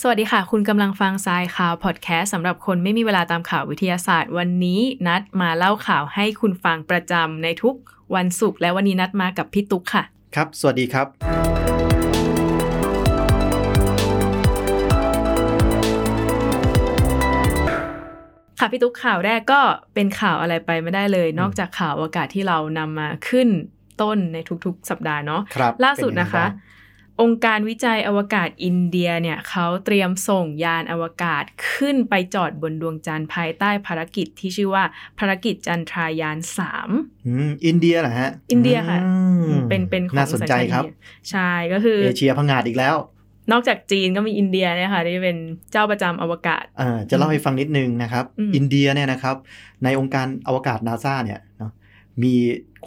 สวัสดีค่ะ คุณกำลังฟังสายข่าวพอดแคสต์สำหรับคนไม่มีเวลาตามข่าววิทยาศาสตร์ วันนี้นัดมาเล่าข่าวให้คุณฟังประจำในทุกวันศุกร์และวันนี้นัดมากับพี่ตุ๊กค่ะ ครับ สวัสดีครับ ค่ะพี่ตุ๊กข่าวแรกก็เป็นข่าวอะไรไปไม่ได้เลย นอกจากข่าวอากาศที่เรานำมาขึ้นต้นในทุกๆ สัปดาห์เนาะ ครับ ล่าสุด เป็ยัง นะ ไง คะ บ้าง องค์การวิจัยอวกาศอินเดียเนี่ยเขาเตรียมส่งยานอวกาศขึ้นไปจอดบนดวงจันทร์ภายใต้ภารกิจที่ชื่อว่าภารกิจจันทรายาน 3 อืมอินเดียนะฮะ อินเดียค่ะ อืม เป็นเป็นของ น่าสนใจ ญชติ ครับ อิเดียใช่ก็คือ เอเชียพังงาดอีกแล้ว นอกจากจีนก็มีอินเดียเนี่ยค่ะที่เป็นเจ้าประจำอวกาศ เอ่อจะเล่าให้ฟังนิดนึงนะครับ อืม อินเดียเนี่ยนะครับ ในองค์การอวกาศนาซาเนี่ยเนาะมี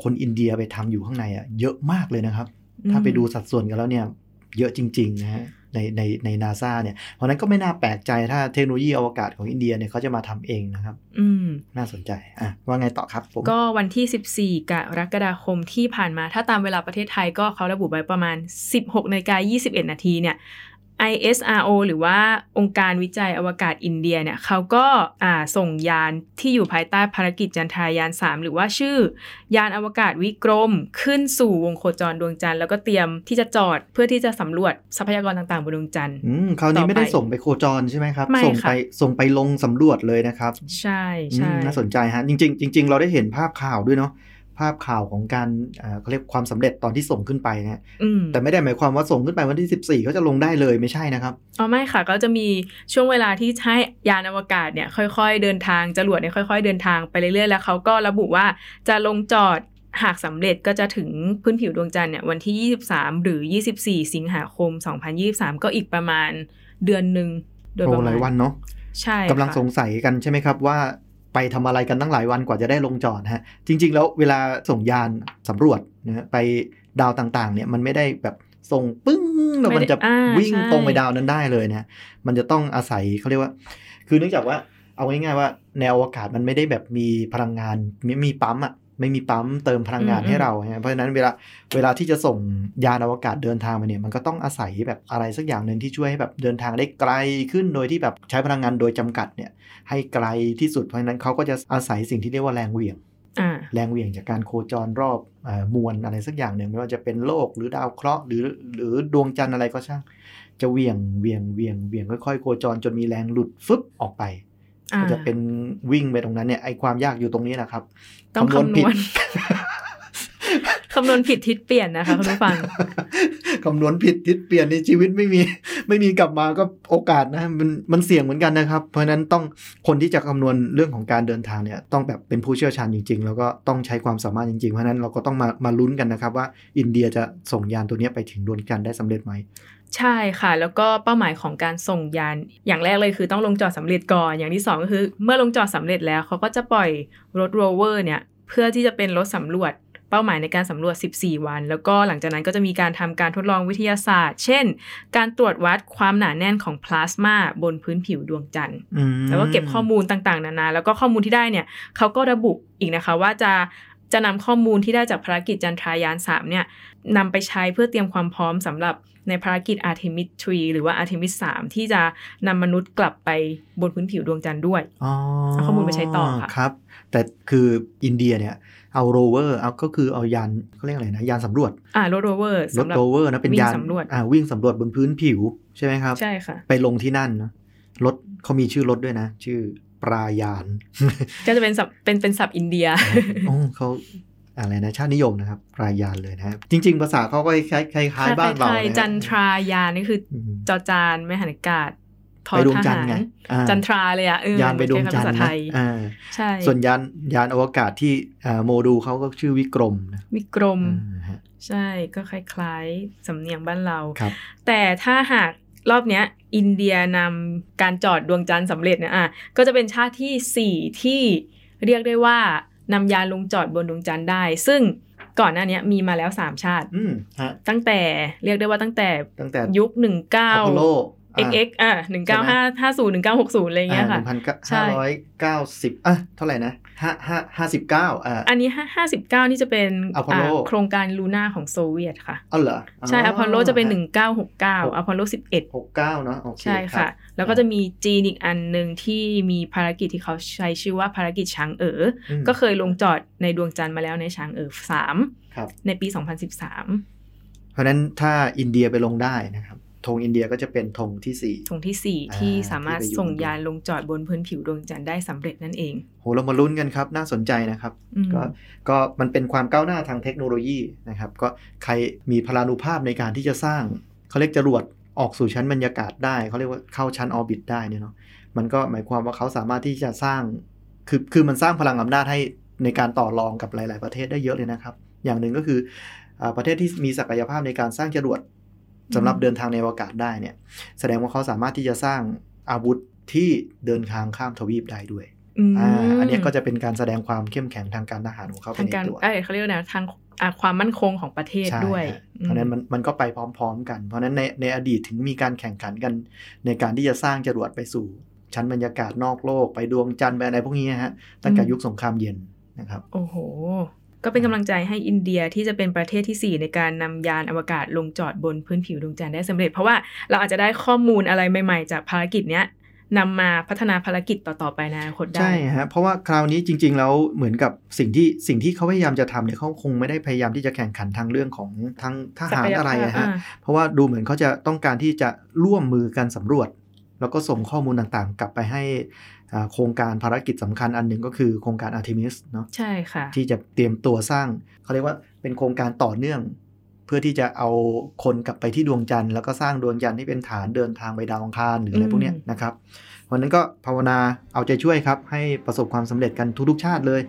คนอินเดียไปทำอยู่ข้างในอ่ะเยอะมากเลยนะครับ ถ้าไปดูสัดส่วนกันแล้วเนี่ยเยอะจริงๆนะฮะในในในนาซาเนี่ยเพราะฉะนั้นก็ไม่น่าแปลกใจถ้าเทคโนโลยีอวกาศของอินเดียเนี่ยเขาจะมาทำเองนะครับ อืม น่าสนใจอ่ะว่าไงต่อครับผม ก็วันที่ 14 กรกฎาคมที่ผ่านมา ถ้าตามเวลาประเทศไทยก็เขาระบุไว้ประมาณ 16นาฬิกา21 นาทีเนี่ย ISRO หรือว่าองค์การวิจัยอวกาศอินเดียเนี่ยเขาก็อ่าส่งยานที่อยู่ภายใต้ภารกิจจันทรายาน 3 หรือว่าชื่อ ยานอวกาศวิกรม ขึ้นสู่วงโคจรดวงจันทร์แล้วก็เตรียมที่จะจอดเพื่อที่จะสำรวจทรัพยากรต่างๆบนดวงจันทร์ อืมคราวนี้ไม่ได้ ต่อไป ส่งไปโคจรใช่ไหมครับ ไม่ ส่ง ค่ะ ไปส่งไปลงสำรวจเลยนะครับ ใช่ อื ใช่ มน่าสนใจฮะ จริงๆจริงๆเราได้เห็นภาพข่าวด้วยเนาะภาพข่าวของการเอ่อเขาเรียกความสำเร็จตอนที่ส่งขึ้นไปนะฮะ อืม แต่ไม่ได้หมายความว่าส่งขึ้นไปวันที่ 14 ก็จะลงได้เลยไม่ใช่นะครับ อ๋อไม่ค่ะก็จะมีช่วงเวลาที่ให้ยานอวกาศเนี่ยค่อยๆ เดินทางจรวดเนี่ยค่อย ๆ เดินทางไปเรื่อยๆ แล้วเขาก็ระบุว่าจะลงจอดหากสำเร็จก็จะถึงพื้นผิวดวงจันทร์เนี่ยวันที่ 23 หรือ 24 สิงหาคม 2023 ก็อีกประมาณเดือนหนึ่งโดย โอ้ ประ ห มา ลายวั ณ นเนาะ ใช่ กำลัง ค่ะ สงสัยกันใช่ไหมครับว่าไปทำอะไรกันตั้งหลายวันกว่าจะได้ลงจอดฮะ จริง ๆ แล้วเวลาส่งยานสำรวจนะฮะไปดาวต่างๆ เนี่ยมันไม่ได้แบบส่งปึ้งแล้วมันจะ ไได้อ่า วิ่ง ใช่ ตรงไปดาวนั้นได้เลยนะฮะมันจะต้องอาศัยเขาเรียกว่า คือเนื่องจากว่าเอาง่ายๆว่าในอวกาศมันไม่ได้แบบมีพลังงานไม่มีปั๊มอ่ะไม่มีปั๊มเติมพลังงานให้เราฮะเพราะฉะนั้นเวลาเวลาที่จะส่งยานอวกาศเดินทางไปเนี่ยมันก็ต้องอาศัยแบบอะไรสักอย่างหนึ่งที่ช่วยให้แบบเดินทางได้ไกลขึ้นโดยที่แบบใช้พลังงานโดยจำกัดเนี่ยให้ไกลที่สุดเพราะฉะนั้นเขาก็จะอาศัยสิ่งที่เรียกว่าแรงเหวี่ยง อ่า แรงเหวี่ยงจากการโคจรรอบเออมวลอะไรสักอย่างหนึ่งไม่ว่าจะเป็นโลกหรือดาวเคราะห์หรือหรือดวงจันทร์อะไรก็ช่าง จะเหวี่ยงเหวี่ยงเหวี่ยงเหวี่ยงค่อยๆ โคจรจนมีแรงหลุดฟึบออกไป อ่า ก็จะเป็นวิ่งไปตรงนั้นเนี่ยไอความยากอยู่ตรงนี้นะครับ ต้องคำนวณ ผิด คำนวณผิดทิศเปลี่ยนนะคะคุณผู้ฟัง คำนวณผิด ทิศเปลี่ยนในชีวิตไม่มี ไม่มีกลับมาก็โอกาสนะมันมันเสี่ยงเหมือนกันนะครับ เพราะฉะนั้นต้องคนที่จะคำนวณเรื่องของการเดินทางเนี่ยต้องแบบเป็นผู้เชี่ยวชาญจริง ๆ แล้วก็ต้องใช้ความสามารถจริงๆ เพราะฉะนั้นเราก็ต้องมามาลุ้นกันนะครับว่าอินเดียจะส่งยานตัวเนี้ยไปถึงดวงจันทร์ได้สำเร็จไหม ใช่ค่ะ แล้วก็เป้าหมายของการส่งยานอย่างแรกเลยคือต้องลงจอดสำเร็จก่อน อย่างที่สองก็คือ เมื่อลงจอดสำเร็จแล้วเขาก็จะปล่อยรถโรเวอร์เนี่ยเพื่อที่จะเป็นรถสำรวจ เป้าหมายในการสำรวจ 14 วัน แล้วก็หลังจากนั้นก็จะมีการทำการทดลองวิทยาศาสตร์ เช่น การตรวจวัดความหนาแน่นของพลาสมาบนพื้นผิวดวงจันทร์ อืม แล้วก็เก็บข้อมูลต่างๆ นานา แล้วก็ข้อมูลที่ได้เนี่ยเขาก็ระบุอีกนะคะว่าจะจะนำข้อมูลที่ได้จากภารกิจจันทรายาน 3 เนี่ยนำไปใช้เพื่อเตรียมความพร้อมสำหรับในภารกิจ Artemis 3 หรือว่า Artemis 3 ที่จะนำมนุษย์กลับไปบนพื้นผิวดวงจันทร์ด้วย เอาข้อมูลไปใช้ต่อค่ะ ครับ แต่คืออินเดียเนี่ยเอาโรเวอร์เอาก็คือเอายานเขาเรียกอะไรนะยานสำรวจ อ่ารถโรเวอร์ รถ สำหรับ โรเวอร์นะเป็นยาน วิ่งสำรวจ อ่าวิ่งสำรวจบนพื้นผิวใช่ไหมครับ ใช่ค่ะ ไปลงที่นั่นนะรถเขามีชื่อรถด้วยนะ ชื่อปรา ยาน ก็จะเป็นศัพท์เป็นเป็นศัพท์อินเดีย โอ้เขาอะไรนะชาตินิยมนะครับปรายานเลยนะครับจริง ๆ ภาษาเขาก็คล้ายคล้ายคล้ายบ้านเรา ไทย นะ ๆจันทรายานนี่คือ อืม จอจานไม่หันอากาศทอ ไปดวง ท จันท หา ร์ ร ไงอ่ จันทราเลยอ่ะเออย านไปดวงจัภานทร์ ษาไท นะ ย อ่า ใช่ ส่วนยานยานอวกาศที่อ่าโมดูลเขาก็ชื่อวิกรมนะ วิกรม อ่าฮะ ใช่ก็คล้ายๆ สำเนียงบ้านเรา ครับ แต่ถ้าหากรอบเนี้ยอินเดียนำการจอดดวงจันทร์สำเร็จเนี่ยอ่ะก็จะเป็นชาติทีสี่4 ที่เรียกได้ว่านำยานลงจอดบนดวงจันทร์ได้ ซึ่งก่อนหน้าเนี้ยมีมาแล้ว 3 ชาติ อืมฮะ ตั้งแต่เรียกได้ว่าตั้งแต่ ตั้งแต่ ยุค 19 อพอลโล อ่า xx อ่าหนึ่งเก้าห้าห้าศูนย์หนึ่งเก้าหกศูนย์อะไรอย่างเงี้ยค่ะ หนึ่งพัน ใช่ ห้าร้อยเก้าสิบอ่ะเท่าไหร่นะห้าห้าห้าสิบเก้าอ่า อันนี้ห้าสิบเก้านี่จะเป็น Apollo อ่าโครงการลูน่าของโซเวียตค่ะ เอาเหรอ ใช่อพอลโลจะเป็น 1969 หก อพอลโล หกเก้าเนาะโอ11เคใช่ รั ค่ะ บ แล้วก็จะมีจีนอีกอันหนึ่งที่มีภารกิจที่เขาใช้ชื่อว่าภารกิจช้างเอ๋ออ ม ก็เคยลงจอดในดวงจันทร์มาแล้วในช้างเอ๋อสาม ครับ ในปี 2013 เพราะฉะนั้นถ้าอินเดียไปลงได้นะครับธงอินเดียก็จะเป็นธงที่สี่ ทงทีสี่ 4 อ่า ที่สามารถ ที่ไปอยู่ ส่งยานลงจอดบนพื้นผิวดวงจันทร์ได้สำเร็จนั่นเอง โหเรามาลุ้นกันครับ น่าสนใจนะครับ อืม ก็ก็มันเป็นความก้าวหน้าทางเทคโนโลยีนะครับ ก็ใครมีพลานุภาพในการที่จะสร้าง เขาเรียกจรวดออกสู่ชั้นบรรยากาศได้ เขาเรียกว่าเข้าชั้นออร์บิทได้เนี่ยเนาะมันก็หมายความว่าเขาสามารถที่จะสร้าง คือคือมันสร้างพลังอำนาจให้ในการต่อรองกับหลาย ๆ ประเทศได้เยอะเลยนะครับ อย่างหนึ่งก็คืออ่าประเทศที่มีศักยภาพในการสร้างจรวดสำหรับเดินทางในอวกาศได้เนี่ย แสดงว่าเขาสามารถที่จะสร้างอาวุธที่เดินทางข้ามทวีปได้ด้วย ม อ่าอันเนี้ยก็จะเป็นการแสดงความเข้มแข็งทางการทหารของเขาเป็ ทาน งการ ในตัว เอ้ยเขาเรียกว่าแนวทางอ่าความมั่นคงของประเทศ ใช่ ด้วย ฮะเพราะฉะนั้นมันมันก็ไปพร้อม ๆ กัน เพราะฉะนั้นในในอดีตถึงมีการแข่งขันกัน ในการที่จะสร้างจรวดไปสู่ ชั้นบรรยากาศนอกโลกไปดวงจันทร์ไปอะไรพวกนี้ฮะตั้งแต่ยุคสงครามเย็นนะครับ โอ้โห ก็เป็นกำลังใจให้อินเดียที่จะเป็นประเทศที่ 4 ในการนำยานอวกาศลงจอดบนพื้นผิวดวงจันทร์ได้สำเร็จ เพราะว่าเราอาจจะได้ข้อมูลอะไรใหม่ ๆ จากภารกิจเนี้ยนำมาพัฒนาภารกิจต่อ ๆ ไปในอนาคตได้ ใช่ฮะเพราะว่าคราวนี้จริง ๆ แล้วเหมือนกับสิ่งที่สิ่งที่เขาพยายามจะทำเนี่ยเขาคงไม่ได้พยายามที่จะแข่งขันทางเรื่องของทางท ศั หาร กยภาพ อะไรอะฮะ า เพราะว่าดูเหมือนเขาจะต้องการที่จะร่วมมือกันสำรวจ แล้วก็ส่งข้อมูลต่างๆ กลับไปให้อ่าโครงการภารกิจสำคัญอันหนึ่งก็คือโครงการ Artemis เนาะ ใช่ค่ะ ที่จะเตรียมตัวสร้าง เขาเรียกว่าเป็นโครงการต่อเนื่อง เพื่อที่จะเอาคนกลับไปที่ดวงจันทร์แล้วก็สร้างดวงจันทร์ให้เป็นฐานเดินทางไปดาวอังคารหรืออะไรพวกเนี้ย อืม นะครับวันนั้นก็ภาวนาเอาใจช่วยครับ ให้ประสบความสำเร็จกันทุกๆชาติเลย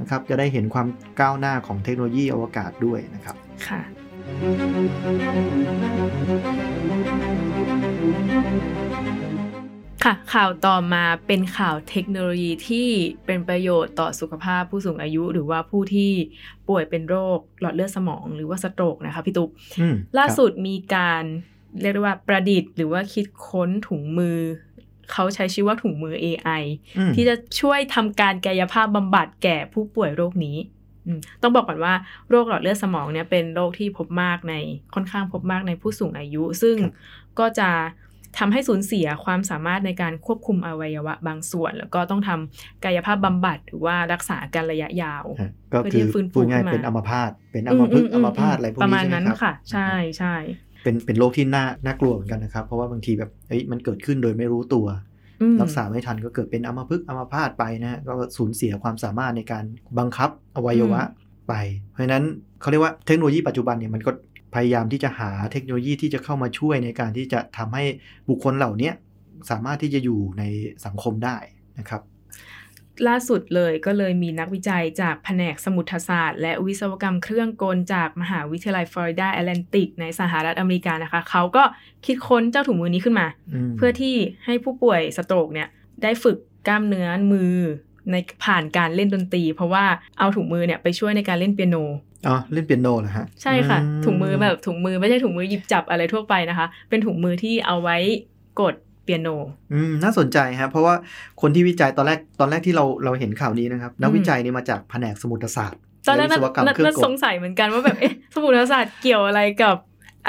นะครับจะได้เห็นความก้าวหน้าของเทคโนโลยีอวกาศด้วยนะครับ ค่ะ ค่ะ ข่าวต่อมาเป็นข่าวเทคโนโลยีที่เป็นประโยชน์ต่อสุขภาพผู้สูงอายุ หรือว่าผู้ที่ป่วยเป็นโรคหลอดเลือดสมอง หรือว่าสโตรกนะคะพี่ตุ๊ก อืม ล่า ครับ สุดมีการเรียกได้ว่าประดิษฐ์ หรือว่าคิดค้นถุงมือ เขาใช้ชื่อว่าถุงมือ AI อืม ที่จะช่วยทำการกายภาพบำบัดแก่ผู้ป่วยโรคนี้อืมต้องบอกก่อนว่าโรคหลอดเลือดสมองเนี่ยเป็นโรคที่พบมากในค่อนข้างพบมากในผู้สูงอายุ ซึ่ง ครับ ก็จะทำให้สูญเสียความสามารถในการควบคุมอวัยวะบางส่วน แล้วก็ต้องทำกายภาพบำบัดหรือว่ารักษาการระยะยาว ฮะก็ เพื่อที่ คือ จะฟื้นฟู พูดง่าย ขึ้นมา เป็นอัมพาตเป็นอัมพฤกษ์อัมพาตอะไรพวก ประมา นี้ ณ ใช่ไหม นั้น ครับ ค่ะ ใช่ใช่ เป็นเป็นโรคที่น่าน่ากลัวเหมือนกันนะครับ เพราะว่าบางทีแบบเอ้ยมันเกิดขึ้นโดยไม่รู้ตัว อืม รักษาไม่ทันก็เกิดเป็นอัมพฤกษ์อัมพาตไปนะฮะก็สูญเสียความสามารถในการบังคับอวัยวะไป เพราะฉะนั้นเขาเรียกว่าเทคโนโลยีปัจจุบันเนี่ยมันก็พยายามที่จะหาเทคโนโลยีที่จะเข้ามาช่วยในการที่จะทำให้บุคคลเหล่าเนี้ยสามารถที่จะอยู่ในสังคมได้นะครับ ล่าสุดเลยก็เลยมีนักวิจัยจากแผนกสมุทรศาสตร์ และวิศวกรรมเครื่องกลจากมหาวิทยาลัยฟลอริดาแอตแลนติกในสหรัฐอเมริกานะคะ เขาก็คิดค้นเจ้าถุงมือนี้ขึ้นมา ม เพื่อที่ให้ผู้ป่วยสโตรกเนี่ยได้ฝึกกล้ามเนื้อมือในผ่านการเล่นดนตรี เพราะว่าเอาถุงมือเนี่ยไปช่วยในการเล่นเปียโน อ๋อเล่นเปียโนเหรอฮะ ใช่ค่ะ อื ถุงมือแบบถุงมือไม่ใช่ถุงมือหยิบจับอะไรทั่วไปนะคะ เป็นถุงมือที่เอาไว้กดเปียโน อืมน่าสนใจฮะเพราะว่าคนที่วิจัยตอนแรกตอนแรกที่เราเราเห็นข่าวนี้นะครับนักวิจัยนี่มาจากแผนกสมุทรศาสตร์ ตอนนั้น และ น่ะ วิศวกรรม น่ะ เครื่อ น่างส กล งสัยเหมือนกันว่าแบบเอ๊ะสมุดศาสตร์เกี่ยวอะไรกับ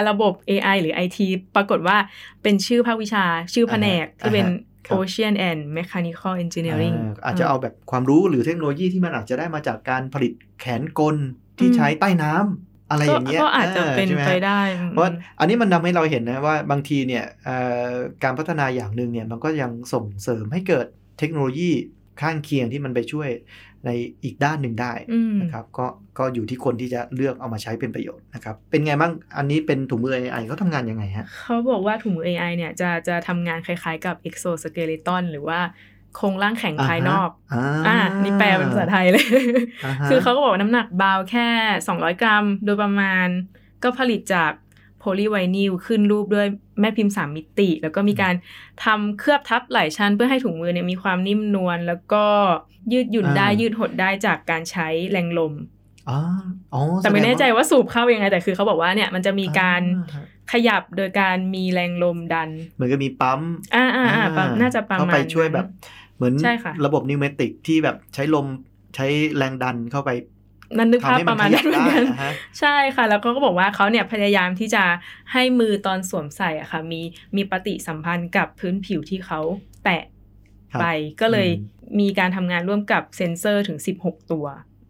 ระบบ AI หรือ IT ปรากฏว่าเป็นชื่อภาควิชาชื่อแผนกที่เป็น Ocean and Mechanical อ่า Engineering อาจจะเอาแบบความรู้หรือเทคโนโลยีที่มันอาจจะได้มาจากการผลิตแขนกลที่ใช้ใต้น้ำอะไร ก็ อย่างเงี้ย ก็อาจจะเป็น ใช่หม ไปได้ เพราะอันนี้มันทำให้เราเห็นนะว่าบางทีเนี่ยเอ่อการพัฒนาอย่างหนึ่งเนี่ยมันก็ยังส่งเสริมให้เกิดเทคโนโลยีข้างเคียงที่มันไปช่วยในอีกด้านหนึ่งได้ อืม นะครับก็ก็อยู่ที่คนที่จะเลือกเอามาใช้เป็นประโยชน์นะครับ เป็นไงบ้างอันนี้เป็นถุงมือ AI เขาทำงานยังไงฮะ เขาบอกว่าถุงมือ AI เนี่ยจะจะทำงานคล้ายๆกับ exoskeleton หรือว่าโครงร่างแข็งภายนอก อ่าฮะ อ่านี่แปลเป็นภาษาไทยเลย าฮะ คือเขาก็บอกว่าน้ำหนักเบาแค่ 200 กรัม โดยประมาณ ก็ผลิตจากโพลีไวนิลขึ้นรูปด้วยแม่พิมพ์ 3 มิติ แล้วก็มีการทำเคลือบทับหลายชั้น เพื่อให้ถุงมือเนี่ยมีความนิ่มนวลแล้วก็ยืดหยุ่นได้ยืดหดได้จากการใช้แรงลม อ๋ออ๋อ แต่ไม่ สดง แน่ใจว่าสูบเข้ายังไง แต่คือเขาบอกว่าเนี่ยมันจะมีการ อ่า ขยับโดยการมีแรงลมดัน เหมือนก็มีปั๊ม อ่าอ่าอ่าปั๊มน่าจะประ เข้ มาณ ไปช่วย นั้น แบบ เหมือน ใช่ค่ะ ระบบนิวเมติกที่แบบใช้ลมใช้แรงดันเข้าไป นั่นนึก ทำ ภาพ ให้ ป มัน ระมาณ ขยั นั้ บ นเหมือ ได้ นกัน นะฮะ ใช่ค่ะ แล้วเขาก็บอกว่าเขาเนี่ยพยายามที่จะให้มือตอนสวมใส่อะค่ะ มีมีปฏิสัมพันธ์กับพื้นผิวที่เขาแตะ ครับ ไป ก็เลย อื มีการทำงานร่วมกับเซ็นเซอร์ถึง 16 ตัว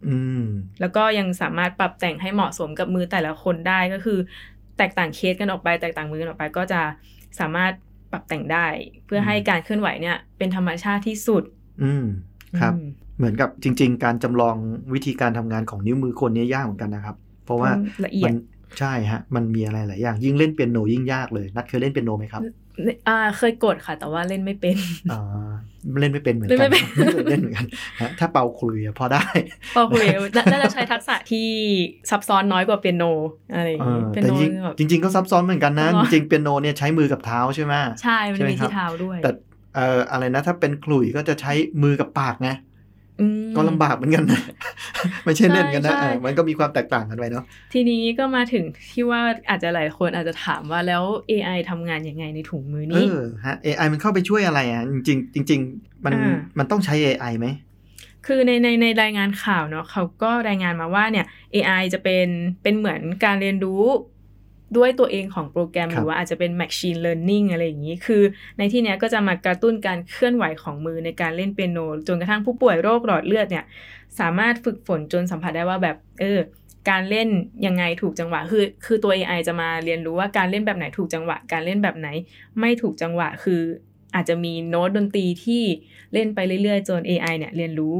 อืม แล้วก็ยังสามารถปรับแต่งให้เหมาะสมกับมือแต่ละคนได้ก็คือ แตกต่างเคสกันออกไป แตกต่างมือกันออกไป ก็จะสามารถปรับแต่งได้ เพื่อ ม ให้การเคลื่อนไหวเนี่ยเป็นธรรมชาติที่สุด อืมครับ อืม เหมือนกับจริง ๆ การจำลองวิธีการทำงานของนิ้วมือคนเนี้ยากเหมือนกันนะครับ เพราะว่า ต้องละเอีย มั ด นใช่ฮะ มันมีอะไรหลายอย่าง ยิ่งเล่นเปียโนยิ่งยากเลย นัดเคยเล่นเปียโนไหมครับ อ่าเคยกดค่ะ แต่ว่าเล่นไม่เป็น อ่าเล่นไม่เป็นเหมือนกั เล่นไม่เป็น ไม่เคยเล่นเหมือนกันฮะถ้าเป่าคลุยอะพอได้ พอคุยน่าน่าจะใช้ทักษะที่ซับซ้อนน้อยกว่าเปียโนอะไรอย่าง เอ งี้ อ เปีย แต่ โน จริง แบบ จริง ๆ ก็ซับซ้อนเหมือนกันนะ อ๋ จ อ ริงๆเปียโนเนี่ยใช้มือกับเท้าใช่ไหม ใช่มัน ใช่ไหม มี ครับ ที่เท้าด้วย แต่ เอ่ออะไรนะถ้าเป็นขลุ่ยก็จะใช้มือกับปากไง อืม ก็ลำบากเหมือนกันนะ ไม่ใช่เล่นกันนะ ใช่ใช่ เออมันก็มีความแตกต่างกันไปเนาะ ทีนี้ก็มาถึงที่ว่าอาจจะหลายคนอาจจะถามว่าแล้ว AI ทำงานยังไงในถุงมือ เอ นี้ อฮะ AI มันเข้าไปช่วยอะไรอ่ะ จริงๆจริง ๆ มัน อ่า มันต้องใช้ AI ไหม คือในในในรายงานข่าวเนาะเขาก็รายงานมาว่าเนี่ย AI จะเป็นเป็นเหมือนการเรียนรู้ด้วยตัวเองของโปรแกรม หรือว่าอาจจะเป็น machine learning อะไรอย่างนี้ คือในที่เนี้ยก็จะมากระตุ้นการเคลื่อนไหวของมือในการเล่นเปียโน จนกระทั่งผู้ป่วยโรคหลอดเลือดเนี่ย สามารถฝึกฝนจนสัมผัสได้ว่าแบบ เออ การเล่นยังไงถูกจังหวะ คือ คือตัว AI จะมาเรียนรู้ว่าการเล่นแบบไหนถูกจังหวะ การเล่นแบบไหน ไม่ถูกจังหวะ คืออาจจะมีโน้ตดนตรีที่เล่นไปเรื่อยๆ จน AI เนี่ยเรียนรู้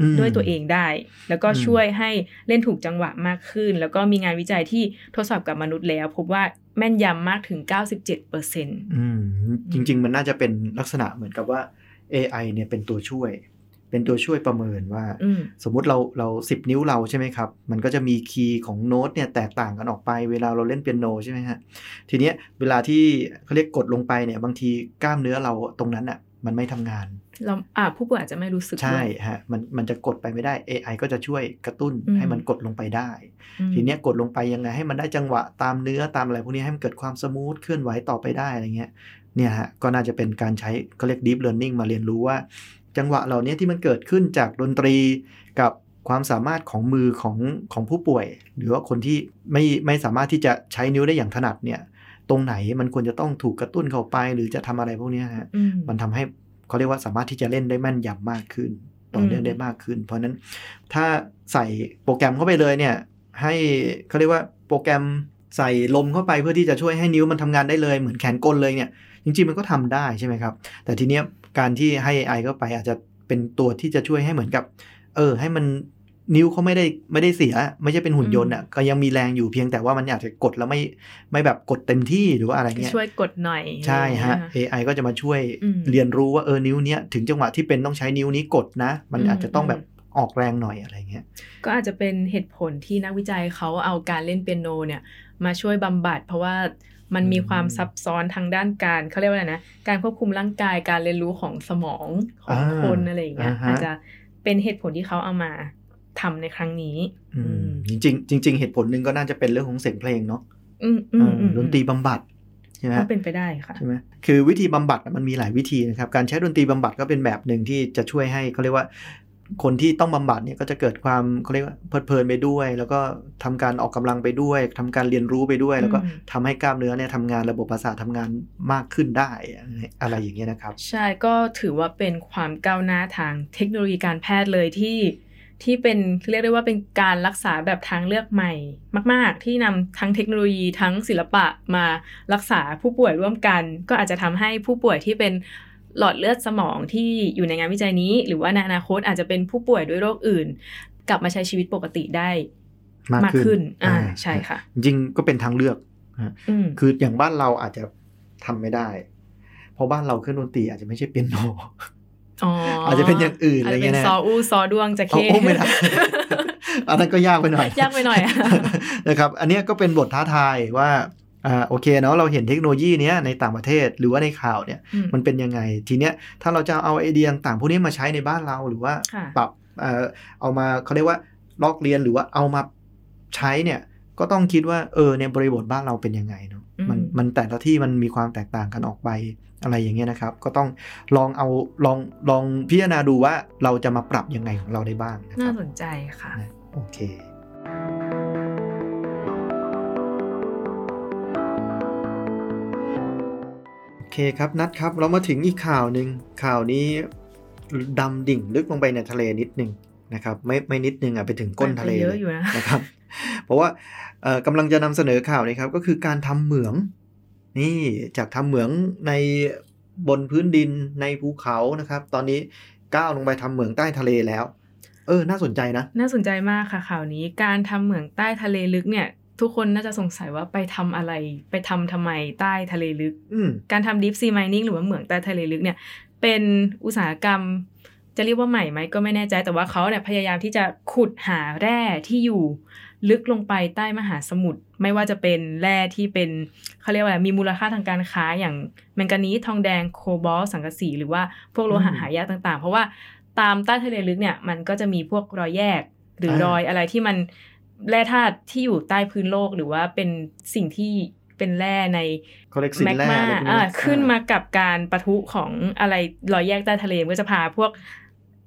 อืม ด้วยตัวเองได้ แล้วก็ อืม ช่วยให้เล่นถูกจังหวะมากขึ้น แล้วก็มีงานวิจัยที่ทดสอบกับมนุษย์แล้ว พบว่าแม่นยำมากถึง 97%อร์เซ็น อืมจริง ๆ มันน่าจะเป็นลักษณะเหมือนกับว่า AI เนี่ยเป็นตัวช่วย เป็นตัวช่วยประเมินว่า สมมุติเราเราสิบนิ้วเราใช่ไหมครับ มันก็จะมีคีย์ของโน้ตเนี่ยแตกต่างกันออกไปเวลาเราเล่นเปียโนใช่ไหมฮะทีเนี้ยเวลาที่เขาเรียกกดลงไปเนี่ยบางทีกล้ามเนื้อเราตรงนั้นอ่ะมันไม่ทำงาน เราอ่าผู้ป่วยอาจจะไม่รู้สึก ใช่ ด้วย ฮะมันมันจะกดไปไม่ได้ AI ก็จะช่วยกระตุ้น อืม ให้มันกดลงไปได้ อืม ทีเนี้ยกดลงไปยังไงให้มันได้จังหวะตามเนื้อตามอะไรพวกนี้ให้มันเกิดความสมูทเคลื่อนไหวต่อไปได้อะไรเงี้ยเนี่ยฮะก็น่าจะเป็นการใช้เขาเรียก deep learning มาเรียนรู้ว่า จังหวะเหล่านี้ที่มันเกิดขึ้นจากดนตรีกับความสามารถของมือของของผู้ป่วย หรือว่าคนที่ไม่ไม่สามารถที่จะใช้นิ้วได้อย่างถนัดเนี่ยตรงไหนมันควรจะต้องถูกกระตุ้นเข้าไป หรือจะทำอะไรพวกเนี้ยฮะ อืม มันทำให้เขาเรียกว่าสามารถที่จะเล่นได้แม่นยำมากขึ้น ต่อเนื่อง อืม ได้มากขึ้น เพราะฉะนั้นถ้าใส่โปรแกรมเข้าไปเลยเนี่ย ให้เขาเรียกว่าโปรแกรมใส่ลมเข้าไปเพื่อที่จะช่วยให้นิ้วมันทำงานได้เลยเหมือนแขนกลเลยเนี่ย จริงๆมันก็ทำได้ใช่ไหมครับ แต่ทีเนี้ยการที่ให้ AI เข้าไปอาจจะเป็นตัวที่จะช่วยให้เหมือนกับ เออ ให้มันนิ้วเขาไม่ได้ไม่ได้เสีย ไม่ใช่เป็นหุ่นยนต์อ่ะก็ยังมีแรงอยู่เพียงแต่ว่ามันอาจจะกดแล้วไม่ไม่แบบกดเต็มที่หรือว่าอะไรเงี้ย ช่วยกดหน่อย ใช่อฮะไรอย่างเงี้ย AI ก็จะมาช่วย อืม เรียนรู้ว่าเออนิ้วเนี้ยถึงจังหวะที่เป็นต้องใช้นิ้วนี้กดนะ มัน อืม อาจจะต้อง อืม แบบออกแรงหน่อยอะไรเงี้ย ก็อาจจะเป็นเหตุผลที่นักวิจัยเขาเอาการเล่นเปียโนเนี่ย มาช่วยบำบัด เพราะว่ามันมีความ อืม ซับซ้อนทางด้านการเขาเรียกว่าอะไรนะการควบคุมร่างกายการเรียนรู้ของสมองของ อ่า คนอะไรอย่างเงี้ย อ่าฮะ อาจจะเป็นเหตุผลที่เขาเอามาทำในครั้งนี้ อืม อืม จริงๆจริง ๆ เหตุผลหนึ่งก็น่าจะเป็นเรื่องของเสียงเพลงเนาะ อืมอืม เออ อืม ดนตรีบำบัดใช่ไหม ก็เป็นไปได้ค่ะ ใช่ไหมคือวิธีบำบัดมันมีหลายวิธีนะครับการใช้ดนตรีบำบัดก็เป็นแบบหนึ่งที่จะช่วยให้เขาเรียกว่า คนที่ต้องบำบัดเนี่ยก็จะเกิดความเขาเรียกว่าเพลิดเพลินไปด้วย แล้วก็ทำการออกกำลังไปด้วยทำการเรียนรู้ไปด้วย แล้วก็ อืม ทำให้กล้ามเนื้อเนี่ยทำงานระบบประสาททำงานมากขึ้นได้อะไรอย่างเงี้ยนะครับ ใช่ก็ถือว่าเป็นความก้าวหน้าทางเทคโนโลยีการแพทย์เลยที่ ที่เป็นเรียกได้ว่าเป็นการรักษาแบบทางเลือกใหม่มาก ๆ ที่นำทั้งเทคโนโลยีทั้งศิลปะมารักษาผู้ป่วยร่วมกัน ก็อาจจะทำให้ผู้ป่วยที่เป็นหลอดเลือดสมองที่อยู่ในงานวิจัยนี้ หรือว่าในอนาคตอาจจะเป็นผู้ป่วยด้วยโรคอื่น กลับมาใช้ชีวิตปกติได้ มาก มาก ขึ้ ขึ้ น นอ่า อ่า ใช่ค่ะ จริงๆก็เป็นทางเลือก อืม คืออย่างบ้านเราอาจจะทำไม่ได้ เพราะบ้านเราเครื่องดนตรีอาจจะไม่ใช่เปียโน อ๋ออา อาจจะเป็นอย่างอื่นอะไร จจ เงี้ ป็ ย น นะ ซออู้ซอด้วงจะ เอา เข้ โอ้ ไม่ได้ อันนั้นก็ยากไปหน่อย ยากไปหน่อยอะ นะครับ อันเนี้ยก็เป็นบทท้าทายว่าอ่าโอเคเนาะเราเห็นเทคโนโลยีเนี้ยในต่างประเทศหรือว่าในข่าวเนี่ย อืม มันเป็นยังไง ทีเนี้ยถ้าเราจะเอาไอเดียต่างๆพวกนี้มาใช้ในบ้านเราหรือว่า ค่ะ ปรับเอ่อเอามาเขาเรียกว่าลอกเรียนหรือว่าเอามาใช้เนี่ย ก็ต้องคิดว่าเออในบริบทบ้านเราเป็นยังไงเนาะ อืม มันมันแต่ละที่มันมีความแตกต่างกันออกไปอะไรอย่างเงี้ยนะครับ ก็ต้องลองเอาลองลองพิจารณาดูว่าเราจะมาปรับยังไงของเราได้บ้างนะค น่า รับ สนใจค่ะ นะโอเค โอเคครับนัดครับ เรามาถึงอีกข่าวหนึ่งข่าวนี้ดำดิ่งลึกลงไปในทะเลนิดหนึ่งนะครับ ไม่ไม่นิดหนึงอ่ะไปถึงก้นทะเล ไปเย เล อะ ย อยู่นะ นะครับ เพราะว่าเอ่อกำลังจะนำเสนอข่าวนี้ครับ ก็คือการทำเหมือง นี่จากทำเหมืองในบนพื้นดินในภูเขานะครับ ตอนนี้ก้าวลงไปทำเหมืองใต้ทะเลแล้ว เออ น่าสนใจนะ น่าสนใจมากค่ะข่าวนี้การทำเหมืองใต้ทะเลลึกเนี่ย ทุกคนน่าจะสงสัยว่าไปทำอะไร ไปทำทำไมใต้ทะเลลึก อืม การทำ deep sea mining หรือว่าเหมืองใต้ทะเลลึกเนี่ย เป็นอุตสาหกรรม จะเรียกว่าใหม่ไหมก็ไม่แน่ใจ แต่ว่าเขาเนี่ยพยายามที่จะขุดหาแร่ที่อยู่ลึกลงไปใต้มหาสมุทรไม่ว่าจะเป็นแร่ที่เป็นเขาเรียกว่าอะไรมีมูลค่าทางการค้าอย่างแมงกานีสทองแดงโคบอลต์สังกะสี หรือว่าพวกโลหะ อืม หายากต่างๆ เพราะว่าตามใต้ทะเลลึกเนี่ยมันก็จะมีพวกรอยแยก หรือ ารร อยอะไรที่มันแร่ธาตุที่อยู่ใต้พื้นโลกหรือว่าเป็นสิ่งที่เป็นแร่ใน เขาเรียกสิน แมก แร่ มา อะไรพวก อ่า นี้ ขึ้นมากับการปะทุของอะไรรอยแยกใต้ทะเลมันก็จะพาพวก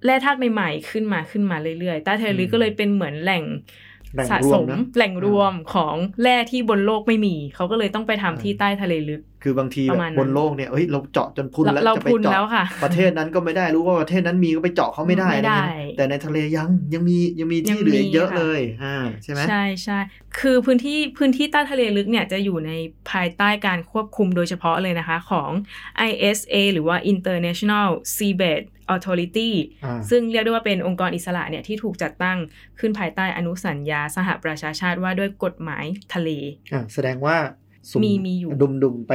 แร่ธาตุใหม่ๆ ขึ้นมาขึ้นมาเรื่อยๆ ใต้ทะเลลึกก็เลยเป็นเหมือนแหล่ง แหล่ง สะ รว ส ม ม นะ แหล่งรวมของแร่ที่บนโลกไม่มี เขาก็เลยต้องไปทำ อ่า ที่ใต้ทะเลลึก คือบางที ป แบ ระ บ มาณนั้น บนโลกเนี่ยเอ้ยเราเจาะจนพุนแล้ว เรา จะไป พุน เจาะ แล้วค่ะ ประเทศนั้นก็ไม่ได้รู้ว่าประเทศนั้นมีก็ไปเจาะเขาไม่ได้ ไม่ อะไร ได้ เงี้ยแต่ในทะเลยังยังมียังมี ยัง ที่เหลือ มี อีกเยอะ ค่ะ เลยอ่าใช่ไหม ใช่ใช่คือพื้นที่พื้นที่ใต้ทะเลลึกเนี่ยจะอยู่ในภายใต้การควบคุมโดยเฉพาะเลยนะคะของ ISA หรือว่า International Seabed Authority อ่า ซึ่งเรียกได้ว่าเป็นองค์กรอิสระเนี่ยที่ถูกจัดตั้งขึ้นภายใต้อนุสัญญาสหประชาชาติว่าด้วยกฎหมายทะเล อ่าแสดงว่าสุ่ มีมีอยู่ ดุมดุมๆไป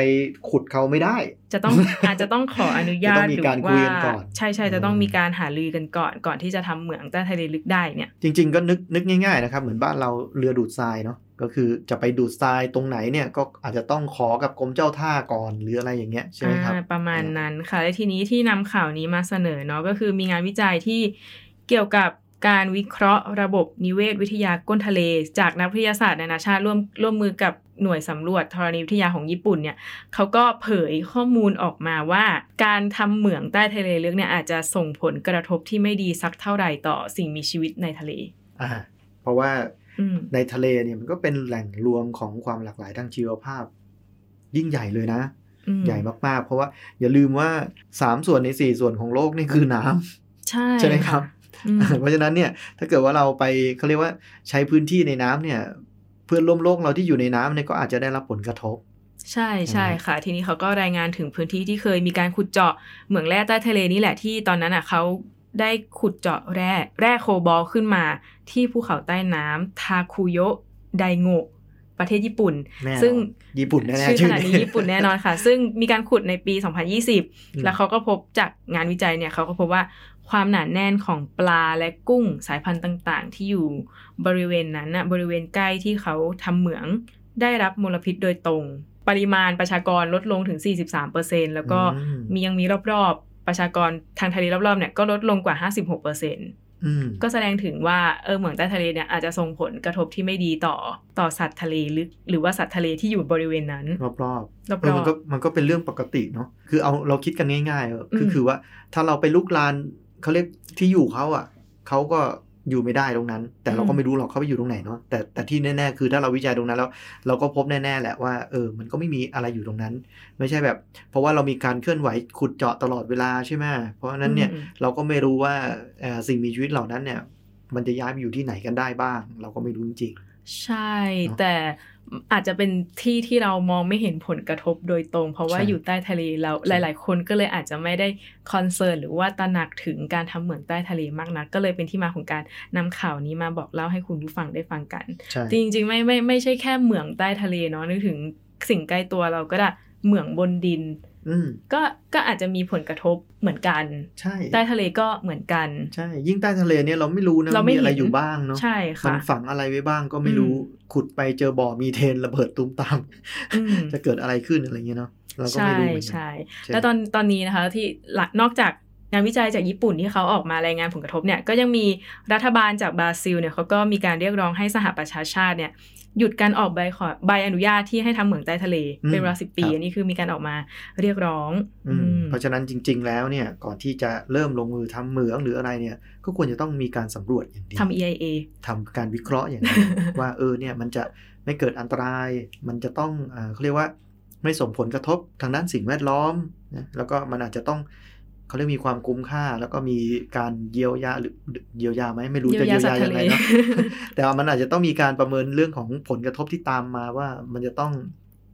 ขุดเขาไม่ได้ จะ ต้อง อาจจะต้องขออนุญา จะตต้องมี หรือ การคุ ว่าย กันก่อน ใช่ใช่ อืม จะต้องมีการหารือกันก่อนก่อนที่จะทำเหมืองใต้ทะเลลึกได้เนี่ย จริง ๆ ก็นึกนึกง่ายๆนะครับ เหมือนบ้านเราเรือดูดทรายเนาะก็คือจะไปดูดทรายตรงไหนเนี่ยก็อาจจะต้องขอกับกรมเจ้าท่าก่อนหรืออะไรอย่างเงี้ยใช่ไหมครับ อ่าประมาณนั้นค่ะ และทีนี้ที่นำข่าวนี้มาเสนอเนาะก็คือมีงานวิจัยที่เกี่ยวกับการวิเคราะห์ระบบนิเวศวิทยาก้นทะเล จากนักวิทยาศาสตร์นานาชาติร่วมร่วมมือกับหน่วยสำรวจธรณีวิทยาของญี่ปุ่นเนี่ยเขาก็เผยข้อมูลออกมาว่า การทำเหมืองใต้ทะเลลึกเนี่ยอาจจะส่งผลกระทบที่ไม่ดีสักเท่าไหร่ต่อสิ่งมีชีวิตในทะเล อ่า เพราะว่า อืม ในทะเลเนี่ยมันก็เป็นแหล่งรวมของความหลากหลายทางชีวภาพ ยิ่งใหญ่เลยนะ อืม ใหญ่มากๆ เพราะว่าอย่าลืมว่า 3 ส่วนใน 4 ส่วนของโลกนี่คือน้ำ ใช่ ใช่ไหมครับ อืม เพราะฉะนั้นเนี่ยถ้าเกิดว่าเราไปเขาเรียกว่าใช้พื้นที่ในน้ำเนี่ย เพื่อนร่วมโลกเราที่อยู่ในน้ำเนี่ยก็อาจจะได้รับผลกระทบ ใช่ ใช่ ใช่ ไหม ค่ะ ทีนี้เขาก็รายงานถึงพื้นที่ที่เคยมีการขุดเจาะเหมืองแร่ใต้ทะเลนี่แหละที่ตอนนั้นอ่ะเขาได้ขุดเจาะแร่แร่โคบอลต์ขึ้นมาที่ภูเขาใต้น้ำทาคุโยะไดโงะประเทศญี่ปุ่น แน่นอน ซึ่ง ญี่ปุ่นแน่ๆ ชื่อขนาดนี้ ชื่อนี้ ญี่ปุ่นแน่นอนค่ะ ซึ่งมีการขุดในปี อืม 2020 แล้วเขาก็พบจากงานวิจัยเนี่ยเขาก็พบว่าความหนาแน่นของปลาและกุ้งสายพันธุ์ต่าง ๆ ที่อยู่บริเวณนั้นนะบริเวณใกล้ที่เขาทำเหมือง ได้รับมลพิษโดยตรง ปริมาณประชากรลดลงถึง 43%แล้วก็ อืม มียังมีรอบๆ ประชากรทางทะเลรอบๆเนี่ยก็ลดลงกว่า 56% อืม ก็แสดงถึงว่าเออเหมืองใต้ทะเลเนี่ยอาจจะส่งผลกระทบที่ไม่ดีต่อต่อสัตว์ทะเลลึก หรือว่าสัตว์ทะเลที่อยู่บริเวณนั้นร รอบ อ ๆเออมัน บ ก็มันก็เป็นเรื่องปกติเนาะคือเอาเราคิดกันง่ายๆเออคือ ม คือว่าถ้าเราไปลุกลานเขาเรียกที่อยู่เขาอ่ะเขาก็อยู่ไม่ได้ตรงนั้น แต่เราก็ไม่รู้หรอกเขาไปอยู่ตรงไหนเนาะแต่แต่ที่แน่ๆคือถ้าเราวิจัยตรงนั้นแล้ว เราก็พบแน่ๆแหละว่าเออมันก็ไม่มีอะไรอยู่ตรงนั้น ไม่ใช่แบบ เพราะว่าเรามีการเคลื่อนไหวขุดเจาะตลอดเวลาใช่ไหมเพราะฉะ ๆ นั้นเนี่ย อืม เราก็ไม่รู้ว่าเอ่อสิ่งมีชีวิตเหล่านั้นเนี่ย มันจะย้ายไปอยู่ที่ไหนกันได้บ้าง เราก็ไม่รู้จริง ใช่ แต่อาจจะเป็นที่ที่เรามองไม่เห็นผลกระทบโดยตรง เพราะว่า ใช่ อยู่ใต้ทะเลเรา ใช่ หลาย ๆ คนก็เลยอาจจะไม่ได้คอนเซิร์นหรือว่าตระหนักถึงการทำเหมืองใต้ทะเลมากนัก ก็เลยเป็นที่มาของการนำข่าวนี้มาบอกเล่าให้คุณผู้ฟังได้ฟังกัน ๆใช่ จริง ๆ ไม่ไม่ไม่ใช่แค่เหมืองใต้ทะเลเนาะนึกถึงสิ่งใกล้ตัวเราก็ได้เหมืองบนดิน อืม ก็ก็อาจจะมีผลกระทบเหมือนกัน ใช่ ใต้ทะเลก็เหมือนกัน ใช่ ยิ่งใต้ทะเลเนี่ยเราไม่รู้นะ เราไม่ มีอะไร เห็น อยู่บ้างเนาะ ใช่ มั ค่ะ นฝังอะไรไว้บ้างก็ไม่รู้ขุดไปเจอบ่อมีเทนระเบิดตุ้มตาม อืม จะเกิดอะไรขึ้นอะไรเงี้ยเนาะเราก็ ใช่ ไม่รู้เหมือนกัน ใช่ ใช่ แล้วตอนตอนนี้นะคะที่หลักนอกจาก งานวิจัยจากญี่ปุ่นที่เขาออกมารายงานผลกระทบเนี่ยก็ยังมีรัฐบาลจากบราซิลเนี่ยเขาก็มีการเรียกร้องให้สหประชาชาติเนี่ยหยุดการออกใบขอใบอนุญาตที่ให้ทำเหมืองใต้ทะเล อืม เป็นเวลาสิบปี ครับ อันนี้คือมีการออกมาเรียกร้อง อืม อืม เพราะฉะนั้นจริง ๆ แล้วเนี่ยก่อนที่จะเริ่มลงมือทำเหมืองหรืออะไรเนี่ย ก็ควรจะต้องมีการสำรวจอย่างดี ทำ EIA ทำการวิเคราะห์ อย่างดี ว่าเออเนี่ยมันจะไม่เกิดอันตราย มันจะต้องเอ่อเขาเรียกว่าไม่ส่งผลกระทบทางด้านสิ่งแวดล้อมนะแล้วก็มันอาจจะต้องเขาเรียกมีความคุ้มค่า แล้วก็มีการเยียวยาหรือเยียวยาไหมไม่รู้จะเยียวยายังไงเนาะ แต่ว่ามันอาจจะต้องมีการประเมินเรื่องของผลกระทบที่ตามมาว่ามันจะต้อง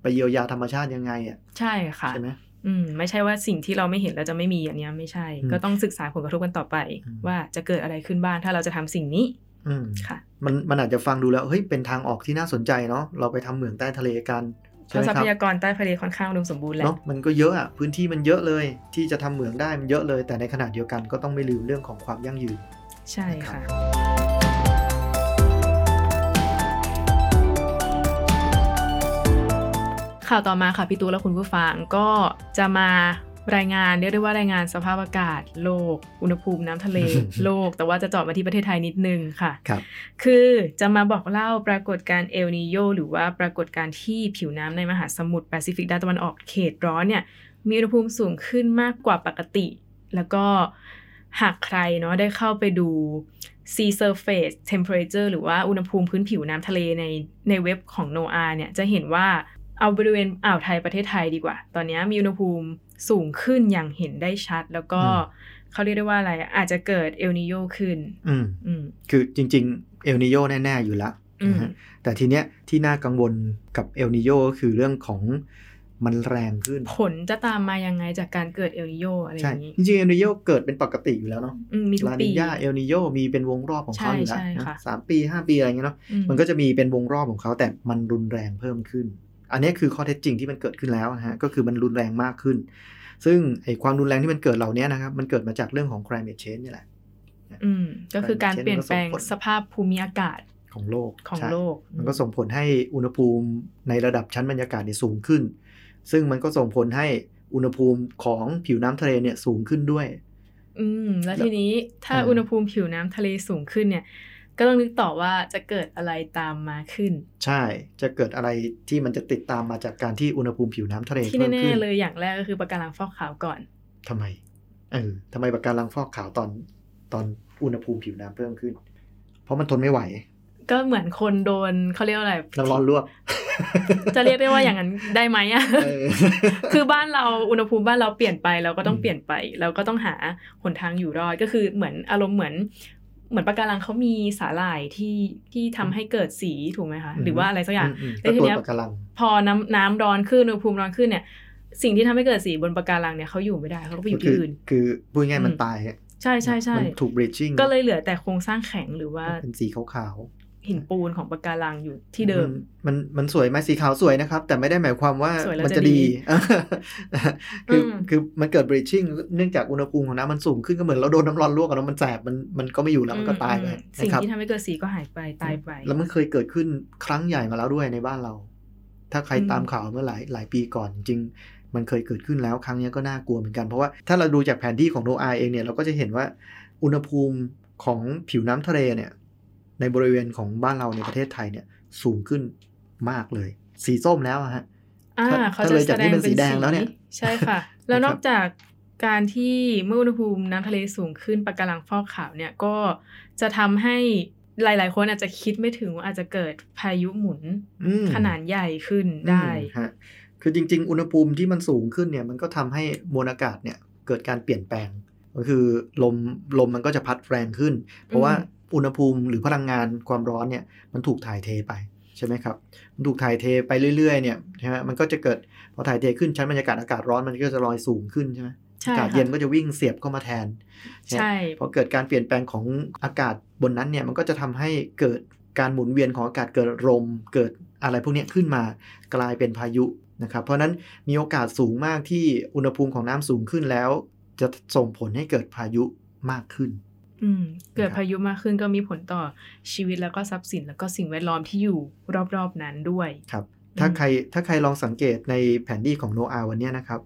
ไปเยียวยาธรรมชาติยังไงอ่ะ ใช่ค่ะ ใช่ไหม อืมไม่ใช่ว่าสิ่งที่เราไม่เห็นเราจะไม่มีอันเนี้ยไม่ใช่ อืม ก็ต้องศึกษาผลกระทบกันต่อไป อืม ว่าจะเกิดอะไรขึ้นบ้างถ้าเราจะทำสิ่งนี้ อืม ค่ะ มันมันอาจจะฟังดูแล้วเฮ้ยเป็นทางออกที่น่าสนใจเนาะเราไปทำเหมืองใต้ทะเลกัน เพ ใช่ไห ราะ ม ทรั ครั พ บ ยากรใต้ทะเลค่อนข้างอุดมสมบูรณ์แหละ เนาะมันก็เยอะอะพื้นที่มันเยอะเลย ที่จะทำเหมืองได้มันเยอะเลย แต่ในขณะเดียวกันก็ต้องไม่ลืมเรื่องของความยั่งยืน ใช่ค่ะ ข่าวต่อมาค่ะพี่ตูและคุณผู้ฟังก็จะมารายงานเรียกได้ว่ารายงานสภาพอากาศ โลก อุณหภูมิน้ำ ทะเล โลก แต่ว่าจะเจาะมาที่ประเทศไทยนิดนึงค่ะ ครับ คือจะมาบอกเล่าปรากฏการณ์เอลนิโยหรือว่าปรากฏการณ์ที่ผิวน้ำในมหาสมุทรแปซิฟิกด้านตะวันออกเขตร้อนเนี่ย มีอุณหภูมิสูงขึ้นมากกว่าปกติ แล้วก็หากใครเนาะได้เข้าไปดู sea surface temperature หรือว่าอุณหภูมิพื้นผิวน้ำทะเลในในเว็บของ NOAA เนี่ยจะเห็นว่าเอาบริเวณอ่าวไทยประเทศไทยดีกว่า ตอนนี้มีอุณหภูมิสูงขึ้นอย่างเห็นได้ชัด แล้วก็ อืม เขาเรียกได้ว่าอะไรอาจจะเกิดเอลนิโยขึ้น อืม อืม คือจริง ๆ เอลนิโยแน่ ๆ อยู่ละ อื นะ ม ฮะแต่ทีเนี้ยที่น่ากังวลกับเอลนิโยก็คือเรื่องของมันแรงขึ้น ผลจะตามมายังไงจากการเกิดเอลนิโยอะไรอ ใช่ ย่างนี้ จริงๆเอลนิโยเกิดเป็นปกติอยู่แล้วเนาะ อืมมีทุก ลา ปี นิญาเอลนิโยมีเป็นวงรอบของเขาอยู่แล้ว ใช่ใช่ นะ ค่ะ สามปีห้าปีอะไรอย่างเงี้ยเนาะ อื มันก็จะมีเป็นวงรอบของเขาแต่มันรุนแรงเพิ่มขึ้น อันนี้คือข้อเท็จจริงที่มันเกิดขึ้นแล้วนะฮะก็คือมันรุนแรงมากขึ้น ซึ่งไอ้ความรุนแรงที่มันเกิดเหล่านี้นะครับมันเกิดมาจากเรื่องของ climate change นี่แหละ อืมก็คือการเปลี่ยนแปลง มันก็ส่งผล สภาพภูมิอากาศ ของโลก ของ ใช่ โลก มันก็ส่งผลให้อุณหภูมิในระดับชั้นบรรยากาศเนี่ยสูงขึ้น ซึ่งมันก็ส่งผลให้อุณหภูมิของผิวน้ำทะเลเนี่ยสูงขึ้นด้วย อืมแล้วทีนี้ถ้า เอออุ อุณหภูมิผิวน้ำทะเลสูงขึ้นเนี่ย ก็ต้องนึกต่อว่าจะเกิดอะไรตามมาขึ้น ใช่จะเกิดอะไรที่มันจะติดตามมาจากการที่อุณหภูมิผิวน้ำทะเล ที่ เพิ่ม แน่ ขึ้น ๆเลยอย่างแรกก็คือปะการังฟอกขาวก่อน ทำไมเออทำไมปะการังฟอกขาวตอนตอนอุณหภูมิผิวน้ำเพิ่มขึ้น เพราะมันทนไม่ไหว ก็เหมือนคนโดนเขาเรียกว่าอะไร น้ำร้อนลวก จะเรียกได้ว่าอย่างนั้นได้ไหมอะ เออ คือบ้านเราอุณหภูมิบ้านเราเปลี่ยนไปเราก็ต้อง อืม เปลี่ยนไป เราก็ต้องหาหนทางอยู่รอดก็คือเหมือนอารมณ์เหมือน เหมือนปะการังเขามีสาหร่ายที่ที่ทำให้เกิดสีถูกไหมคะ อืม หรือว่าอะไรสักอย่าง มม แต่ ก็ ที ตัว เนี้ย ปะการัง พอน้ำน้ำร้อนขึ้นอุณหภูมิร้อนขึ้นเนี่ย สิ่งที่ทำให้เกิดสีบนปะการังเนี่ยเขาอยู่ไม่ได้เขาก็ไปอยู่ คื ที่อื่น คือพูดง่ายๆมัน อืม ตายอะ ใช่ใช่ใช่ มันถูกบริดจิ้ง ก็เลยเหลือแต่โครงสร้างแข็งหรือว่า เป็นสีขาว หินปูนของปะการังอยู่ ๆ ที่เดิม มันมันมันสวยไหมสีขาวสวยนะครับ แต่ไม่ได้หมายความว่า สวยแล้ว มั จะ จะ ดี ดีเออคืออ ม คือมันเกิดบริดจิ้งเนื่องจากอุณหภูมิของน้ำมันสูงขึ้นก็เหมือนเราโดนน้ำร้อนลวกอะเนาะมันแสบมันมันก็ไม่อยู่แล้วมันก็ตายไป อืมอืมสิ่ง นะครับ ที่ทำให้เกิดสีก็หายไปตายไป แล้วมันเคยเกิดขึ้นครั้งใหญ่มาแล้วด้วยในบ้านเรา ถ้าใคร อืม ตามข่าวเมื่อหลายหลายปีก่อนจริงๆมันเคยเกิดขึ้นแล้วครั้งเนี้ยก็น่ากลัวเหมือนกัน เพราะว่าถ้าเราดูจากแผนที่ของโนอาเองเนี่ยเราก็จะเห็นว่าอุณหภูมิของผิวน้ำทะเลเนี่ยในบริเวณของบ้านเราในประเทศไทยเนี่ยสูงขึ้นมากเลย สีส้มแล้วอะฮะ อ่า ถ้า เขา ถ้า จะ เลย แส จาก ด นี้ ง เป็น เป็น สีแดงแล้วเนี่ย ใช่ค่ะ แล้ว นะ น ครั อบ กจากการที่เมื่ออุณหภูมิน้ำทะเลสูงขึ้นปะการังฟอกขาวเนี่ยก็จะทำให้หลาย ๆ คนอาจจะคิดไม่ถึงว่าอาจจะเกิดพายุหมุน อืม ขนาดใหญ่ขึ้นได้ อืมฮะคือจริง ๆ อุณหภูมิที่มันสูงขึ้นเนี่ยมันก็ทำให้มวลอากาศเนี่ยเกิดการเปลี่ยนแปลง ก็คือลมลมมันก็จะพัดแรงขึ้น เพราะว่าอุณหภูมิหรือพลังงานความร้อนเนี่ยมันถูกถ่ายเทไปใช่ไหมครับ มันถูกถ่ายเทไปเรื่อยๆเนี่ยใช่ไหมมันก็จะเกิดพอถ่ายเทขึ้นชั้นบรรยากาศอากาศร้อนมันก็จะลอยสูงขึ้นใช่ไหม ใช่ค่ะอากาศเย็นก็จะวิ่งเสียบเข้ามาแทน ใช่ พอเกิดการเปลี่ยนแปลงของอากาศบนนั้นเนี่ยมันก็จะทำให้เกิดการหมุนเวียนของอากาศเกิดลมเกิดอะไรพวกเนี้ยขึ้นมากลายเป็นพายุนะครับ เพราะฉะนั้นมีโอกาสสูงมากที่อุณหภูมิของน้ำสูงขึ้นแล้ว จะส่งผลให้เกิดพายุมากขึ้น อืมเกิด นะครับ พายุมากขึ้นก็มีผลต่อชีวิตแล้วก็ทรัพย์สินแล้วก็สิ่งแวดล้อมที่อยู่รอบ ๆ นั้นด้วย ครับ ม ถ้าใครถ้าใครลองสังเกตในแผนที่ของโนอาวันเนี้ยนะครับ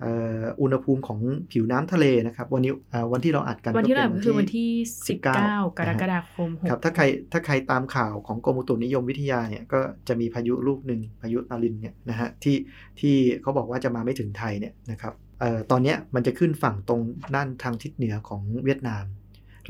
เอ่ออุณหภูมิของผิวน้ำทะเลนะครับ วันนี้อ่าวันที่เราอัดกัน วันที่ ก็ เท่าไห เป็ ร่ก็คือวันที่ 19 กรกฎาคม ครับถ้าใครถ้าใครตามข่าวของกรมอุตุนิยมวิทยาเนี่ยก็จะมีพายุลูกหนึ่งพายุอารินเนี่ยนะฮะที่ที่เขาบอกว่าจะมาไม่ถึงไทยเนี่ยนะครับเอ่อตอนเนี้ยมันจะขึ้นฝั่งตรงด้านทางทิศเหนือของเวียดนาม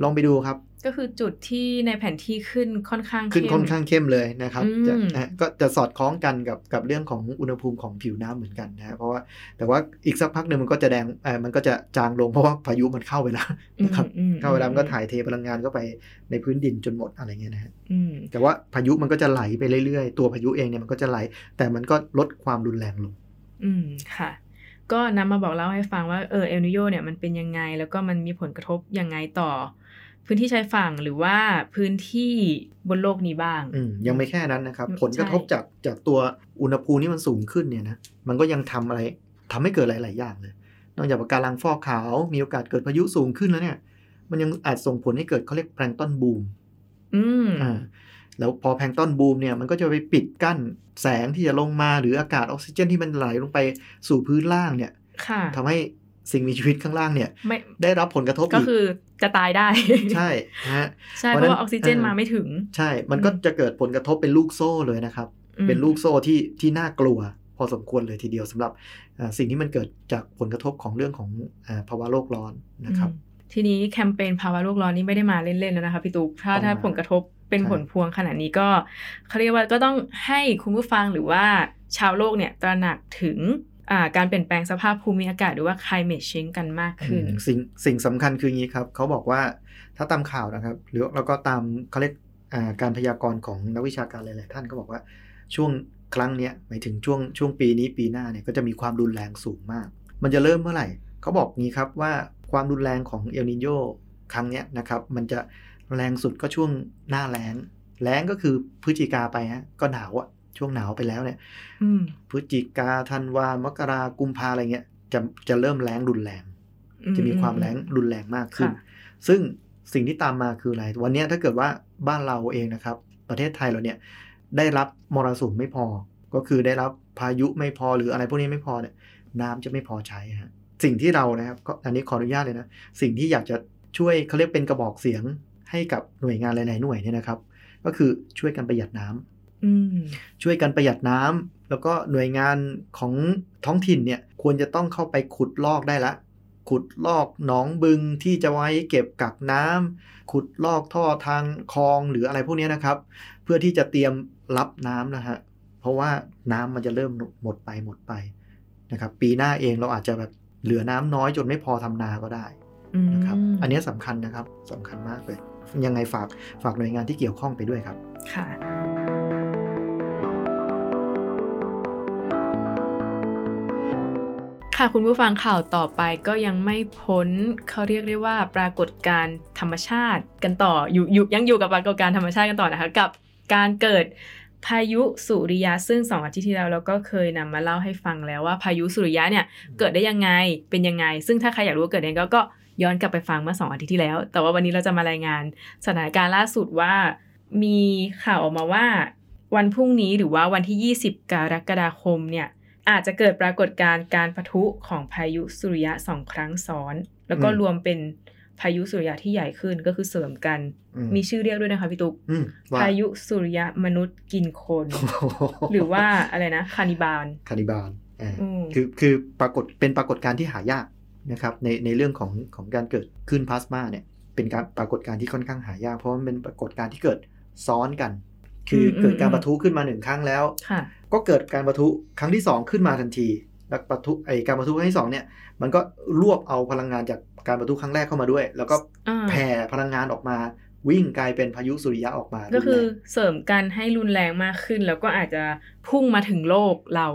ลองไปดูครับ 6ก็คือจุดที่ในแผนที่ขึ้นค่อนข้าง ขึ้น เข้ม ค่อนข้างเข้มเลยนะครับ อืม จะนะฮะก็จะสอดคล้องกันกับกับเรื่องของอุณหภูมิของผิวน้ำเหมือนกันนะฮะเพราะว่าแต่ว่าอีกสักพักหนึ่งมันก็จะแดงเออมันก็จะจางลงเพราะว่าพายุมันเข้าไปแล้วนะครับ อืม เข้าไปแล้วมันก็ถ่ายเทพลังงานเข้าไปในพื้นดินจนหมดอะไรเงี้ยนะฮะ อืม แต่ว่าพายุมันก็จะไหลไปเรื่อยๆ ตัวพายุเองเนี่ยมันก็จะไหล แต่มันก็ลดความรุนแรงลง อืมค่ะ ก็นำมาบอกเล่าให้ฟังว่าเออเอลนิโยเนี่ยมันเป็นยังไง แล้วก็มันมีผลกระทบยังไงต่อ พื้นที่ชายฝั่งหรือว่าพื้นที่บนโลกนี้บ้าง อืมยังไม่แค่นั้นนะครับ อืม ผลกระทบ ใช่ จากจากตัวอุณหภูมิที่มันสูงขึ้นเนี่ยนะมันก็ยังทำอะไรทำให้เกิดหลาย ๆ อย่างเลย นอกจากปะการังฟอกขาวมีโอกาสเกิดพายุสูงขึ้นแล้วเนี่ย มันยังอาจส่งผลให้เกิดเขาเรียกแพลงก์ตอนบูม อืม อ่าแล้วพอแพลงก์ตอนบูมเนี่ยมันก็จะไปปิดกั้นแสงที่จะลงมาหรืออากาศออกซิเจนที่มันไหลลงไปสู่พื้นล่างเนี่ย ค่ะ ทำให้สิ่งมีชีวิตข้างล่างเนี่ย ไม่ ได้รับผลกระทบ ก็ อีก คือจะตายได้ ใช่ฮะ ใช่ เพ เพ ราะ ราะว่า ฉะนั้น ออกซิเจน เออ มาไม่ถึง ใช่ มันก็ อืม จะเกิดผลกระทบเป็นลูกโซ่เลยนะครับ อืม เป็นลูกโซ่ที่ที่น่ากลัวพอสมควรเลยทีเดียวสำหรับอ่าสิ่งที่มันเกิดจากผลกระทบของเรื่องของอาภาวะโลกร้อนนะครับ อืมทีนี้แคมเปญภาวะโลกร้อนนี่ไม่ได้มาเล่นๆแล้วนะคะพี่ตุ๊กถ้า ต้องมา ถ้าผลกระทบเป็น ใช่ ผลพวงขนาดนี้ก็เขาเรียกว่าก็ต้องให้คุณผู้ฟังหรือว่าชาวโลกเนี่ยตระหนักถึงอ่าการเปลี่ยนแปลงสภาพภูมิอากาศหรือว่า climate change กันมากขึ้น อืมสิ่งสิ่งสำคัญคืออย่างนี้ครับเขาบอกว่าถ้าตามข่าวนะครับ หรือแล้วก็ตามเขาเรียกอ่าการพยากรณ์ของนักวิชาการหลาย ๆ ท่านก็บอกว่าช่วงครั้งเนี้ยหมายถึงช่วงช่วงปีนี้ปีหน้าเนี่ยก็จะมีความรุนแรงสูงมาก มันจะเริ่มเมื่อไหร่เขาบอกงี้ครับว่าความรุนแรงของเอลนิโยครั้งเนี้ยนะครับมันจะแรงสุดก็ช่วงหน้าแล้งแล้งก็คือพฤศจิกาไปฮะก็หนาวอะช่วงหนาวไปแล้วเนี่ย อืม พฤศจิกาธันวามกรากุมภาอะไรเงี้ยจะจะเริ่มแรงรุนแรง อื จะมีความแรงรุนแรงมากขึ้น ค่ะ ซึ่งสิ่งที่ตามมาคืออะไร วันเนี้ยถ้าเกิดว่าบ้านเราเองนะครับ ประเทศไทยเราเนี่ยได้รับมรสุมไม่พอ ก็คือได้รับพายุไม่พอหรืออะไรพวกนี้ไม่พอเนี่ยน้ำจะไม่พอใช้ฮะ สิ่งที่เรานะครับก็อันนี้ขออนุญาตเลยนะ สิ่งที่อยากจะช่วยเขาเรียกเป็นกระบอกเสียงให้กับหน่วยงานหลาย ๆ หน่วยเนี่ยนะครับ ก็คือช่วยกันประหยัดน้ำ อืม ช่วยกันประหยัดน้ำแล้วก็หน่วยงานของท้องถิ่นเนี่ยควรจะต้องเข้าไปขุดลอกได้ละ ขุดลอกหนองบึงที่จะไว้เก็บกักน้ำขุดลอกท่อทางคลองหรืออะไรพวกเนี้ยนะครับ เพื่อที่จะเตรียมรับน้ำนะฮะเพราะว่าน้ำมันจะเริ่มหมดไปหมดไปนะครับปีหน้าเองเราอาจจะแบบเหลือน้ำน้อยจนไม่พอทำนาก็ได้ อืม นะครับอันเนี้ยสำคัญนะครับสำคัญมากเลยยังไงฝากฝากหน่วยงานที่เกี่ยวข้องไปด้วยครับ ค่ะ ค่ะคุณผู้ฟังข่าวต่อไปก็ยังไม่พ้นเขาเรียกได้ว่าปรากฏการณ์ธรรมชาติกันต่ออยู่อยู่ยังอยู่กับปรากฏการณ์ธรรมชาติกันต่อนะคะ กับการเกิดพายุสุริยะซึ่งสองอาทิตย์ที่แล้วเราก็เคยนำมาเล่าให้ฟังแล้วว่าพายุสุริยะเนี่ยเกิดได้ยังไงเป็นยังไง ซึ่งถ้าใครอยากรู้ว่าเกิดยังไงก็ก็ย้อนกลับไปฟังเมื่อสองอาทิตย์ที่แล้ว แต่ว่าวันนี้เราจะมารายงานสถานการณ์ล่าสุดว่า มีข่าวออกมาว่า วันพรุ่งนี้หรือว่าวันที่ 20 กรกฎาคมเนี่ย อาจจะเกิดปรากฏการณ์การปะทุของพายุสุริยะสองครั้งซ้อน แล้วก็ อืม รวมเป็นพายุสุริยะที่ใหญ่ขึ้นก็คือเสริมกัน อื มีชื่อเรียกด้วยนะคะพี่ตุ๊ก อืมว่ พายุสุริยะมนุษย์กินคน โอ้โ หรือว่าอะไรนะคานิบาล คานิบาลอ่า อืม คือคือปรากฏเป็นปรากฏการณ์ที่หายากนะครับในในเรื่องของของการเกิดขึ้นพลาสมาเนี่ยเป็นการปรากฏการณ์ที่ค่อนข้างหายาก เพราะมันเป็นปรากฏการณ์ที่เกิดซ้อนกัน คือเกิดการปะทุขึ้นมาหนึ่งครั้งแล้ว ค่ะ ก็เกิดการปะทุครั้งที่สองขึ้นมาทันทีแล้วปะทุไอการปะทุครั้งที่สองเนี่ยมันก็รวบเอาพลังงานจากการปะทุครั้งแรกเข้ามาด้วย แล้วก็ อ่า แผ่พลังงานออกมา วิ่งกลายเป็นพายุสุริยะออกมา ก็คือ รุนแรง เสริมกันให้รุนแรงมากขึ้น แล้วก็อาจจะพุ่งมาถึงโลกเรา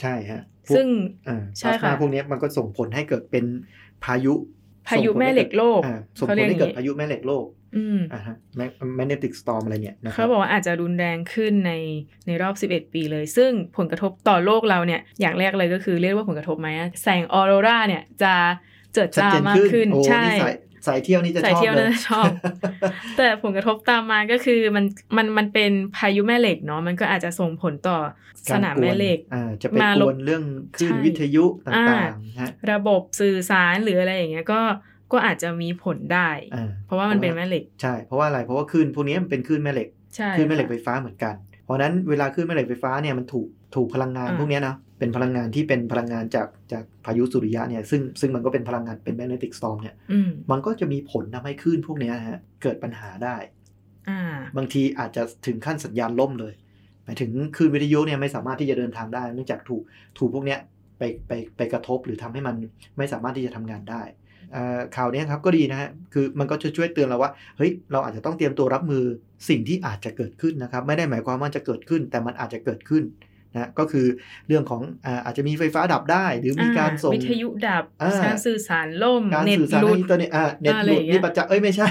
ใช่ฮะพวก ซึ่ง อ่า ใช่ พลาสมา ค่ะ พวกเนี้ยมันก็ส่งผลให้เกิดเป็นพายุ พายุแม่เหล็กโลก อ่าส่งผ เขา ล เรียกอ ให้ ย่าง เกิด นี้ พายุแม่เหล็กโลก อืม อ่าฮะแมกเนติกสตอมอะไรเนี่ยนะครั เขาบอกว่าอาจจะรุนแรงขึ้นในในรอบ 11 ปีเลย ซึ่งผลกระทบต่อโลกเราเนี่ย อย่างแรกเลยก็คือเรียกว่าผลกระทบไหมอะแสงออโรราเนี่ยจะเจิด ชัด จ้า เจน มาก ขึ้ ขึ้ น น โอ้ ใช่ นี่สาย สายเที่ยวนี่จะ สา ช ย อบ เที่ยว เล น่าย จะช อบ แต่ผลกระทบตามมาก็คือมันมันมันเป็นพายุแม่เหล็กเนาะมันก็อาจจะส่งผลต่อสนามแม่เหล็ก รวนอ่าจะไป มาก ลบ วนเรื่องคลื่น ใช่ วิทยุต อ่า ่างๆนะฮะ ระบบสื่อสารหรืออะไรอย่างเงี้ยก็ก็อาจจะมีผลได้ อ่า เพราะว่ามันเป็นแม่เหล็ก ใช่ เพราะว่าอะไรเพราะว่าคลื่นพวกนี้มันเป็นคลื่นแม่เหล็ก ใช่ คลื่นแม่เหล็กไฟฟ้าเหมือนกัน เพราะฉะนั้นเวลาคลื่นแม่เหล็กไฟฟ้าเนี่ยมันถูกถูกพลังงาน อ่า พวกเนี้ยเนาะเป็นพลังงานที่เป็นพลังงานจากจากพายุสุริยะเนี่ยซึ่งซึ่งมันก็เป็นพลังงานเป็นแมกเนติกสตอมเนี่ย อืม มันก็จะมีผลทำให้คลื่นพวกเนี้ยนะฮะเกิดปัญหาได้ อ่า บางทีอาจจะถึงขั้นสัญญาณล่มเลย หมายถึงคลื่นวิทยุเนี่ยไม่สามารถที่จะเดินทางได้ เนื่องจากถูกถูกพวกเนี้ยไปไปไปกระทบหรือทำให้มันไม่สามารถที่จะทำงานได้เอ่อข่าวเนี้ยครับก็ดีนะฮะคือมันก็จะช่วยเตือนเราว่าเฮ้ยเราอาจจะต้องเตรียมตัวรับมือสิ่งที่อาจจะเกิดขึ้นนะครับ ไม่ได้หมายความว่าจะเกิดขึ้น แต่มันอาจจะเกิดขึ้นนะก็คือเรื่องของอาอาจจะมีไฟฟ้าดับได้ หรือมีการส่ง วิทยุดับ อ่า การสื่อสารล่ม การ เน็ต สื่อสาร หลุด ทางอินเทอร์เน็ตอ่ะเน็ต อะ ห ไร ลุ อ ด ย่างเงี้ย นี่ประจักษ์เอ้ยไม่ ใช่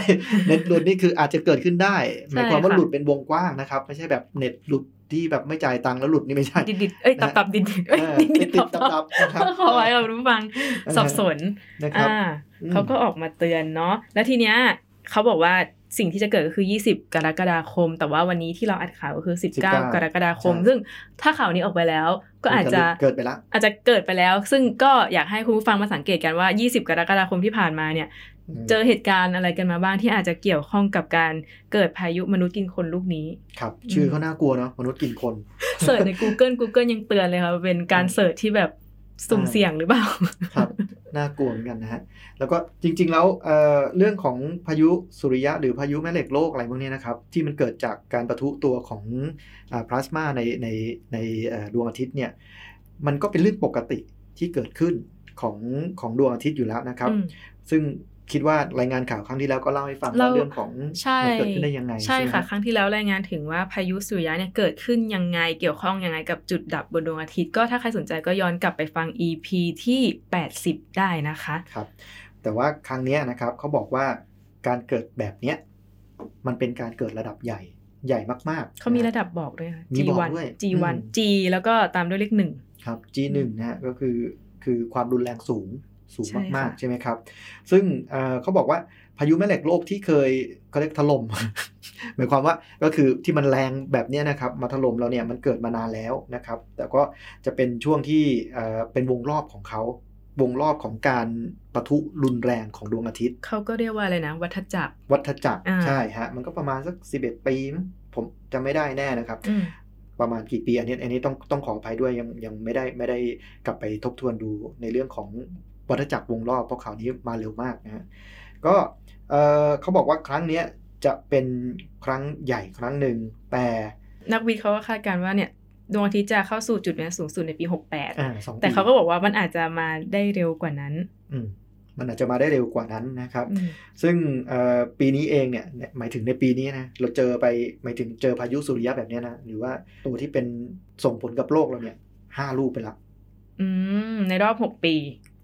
เน็ตหลุดนี่คืออาจจะเกิดขึ้นได้ หมายความว่า ค่ะ หลุดเป็นวงกว้างนะครับ ไม่ใช่แบบเน็ตหลุดที่แบบไม่จ่ายตังค์แล้วหลุดนี่ไม่ใช่ ดิดดิดเอ้ยตันะบ ฮะ ตับดิดดิดเอ้ย เออ ดิดดิ ติด ด ติ ตั ด บ ตับ ตั ตั บบ นะครับ ขอไว้เรารู้ฟัง เออ สับสน นะครับ อ่า อืม เขาก็ออกมาเตือนเนาะแล้วทีเนี้ยเขาบอกว่าสิ่งที่จะเกิดก็คือ 20 กรกฎาคม แต่ว่าวันนี้ที่เราอัดข่าวก็คือ 19 กรกฎาคม ซึ่งถ้าข่าวนี้ออกไปแล้ว ก็อาจจะ เกิดไปละ อาจจะเกิดไปแล้ว ซึ่งก็อยากให้คุณผู้ฟังมาสังเกตกันว่า 20 กรกฎาคมที่ผ่านมาเนี่ย เจอเหตุการณ์อะไรกันมาบ้างที่อาจจะเกี่ยวข้องกับการเกิดพายุมนุษย์กินคนลูกนี้ ครับ ชื่อเขาน่ากลัวเนาะมนุษย์กินคน เสิร์ชใน Google Google ยังเตือนเลยค่ะว่าเป็นการเสิร์ชที่แบบสุ่มเสี่ยงหรือเปล่า ครับ น่ากลัวเหมือนกันนะฮะ แล้วก็จริงๆ แล้วเอ่อเรื่องของพายุสุริยะหรือพายุแม่เหล็กโลกอะไรพวกเนี้ยนะครับ ที่มันเกิดจากการประทุตัวของพลาสมาในในในเอ่อดวงอาทิตย์เนี่ย มันก็เป็นเรื่องปกติที่เกิดขึ้นของของดวงอาทิตย์อยู่แล้วนะครับ อืม ซึ่งคิดว่ารายงานข่าวครั้งที่แล้วก็เล่าให้ฟังว่า เรา เรื่องของ ใช่ มัเกิดขึ้นได้ยังไง ใช่ ไหม ค่ะ รับ ครั้งที่แล้วรายงานถึงว่าพายุสุริยะเนี่ยเกิดขึ้นยังไงเกี่ยวข้องยังไงกับจุดดับบนดวงอาทิตย์ ก็ถ้าใครสนใจก็ย้อนกลับไปฟัง EP ที่ 80 ได้นะคะ ครับแต่ว่าครั้งเนี้ยนะครับเขาบอกว่าการเกิดแบบเนี้ยมันเป็นการเกิดระดับใหญ่ใหญ่มากๆ เขามี นฮ ระดับบอกด้วยค่ะ มีบอก G1 ด้วย G1 อืม G แล้วก็ตามด้วยเลขหนึ่ง ครับ G1 นะฮะก็คือคือความรุนแรงสูงสูง ใช่ค่ะ มากๆ ใช่ไหมครับ ซึ่งเอ่อเขาบอกว่าพายุแม่เหล็กโลกที่เคยเขาเรียกถล่ม หมายความว่าก็คือที่มันแรงแบบเนี้ยนะครับ มาถล่มเราเนี่ยมันเกิดมานานแล้วนะครับ แต่ก็จะเป็นช่วงที่เอ่อเป็นวงรอบของเขาวงรอบของการปะทุรุนแรงของดวงอาทิตย์ เขาก็เรียกว่าอะไรนะ วัฏจักร วัฏจักร อ่า ใช่ฮะ มันก็ประมาณสัก 11 ปีมั้งผมจำไม่ได้แน่นะครับ อืม ประมาณกี่ปี อันนี้อันนี้ต้องต้องขออภัยด้วยยังยังไม่ได้ไม่ได้กลับไปทบทวนดูในเรื่องของวัฏจักรวงรอบเพราะข่าวนี้มาเร็วมากนะฮะก็เออเขาบอกว่าครั้งเนี้ยจะเป็นครั้งใหญ่ครั้งหนึ่งแต่ นักวิทย์เขาก็คาดการณ์ว่าเนี่ยดวงอาทิตย์จะเข้าสู่จุดเนี้ยสูงสุดในปี อ่าสอง 68 ปี แต่เขาก็บอกว่ามันอาจจะมาได้เร็วกว่านั้น อืมมันอาจจะมาได้เร็วกว่านั้นนะครับ อืม ซึ่งเอ่อปีนี้เองเนี่ยหมายถึงในปีนี้นะเราเจอไปหมายถึงเจอพายุสุริยะแบบเนี้ยนะหรือว่าตัวที่เป็นส่งผลกับโลกเราเนี่ยห้าลูกไปละ อืมในรอบ 6 ปี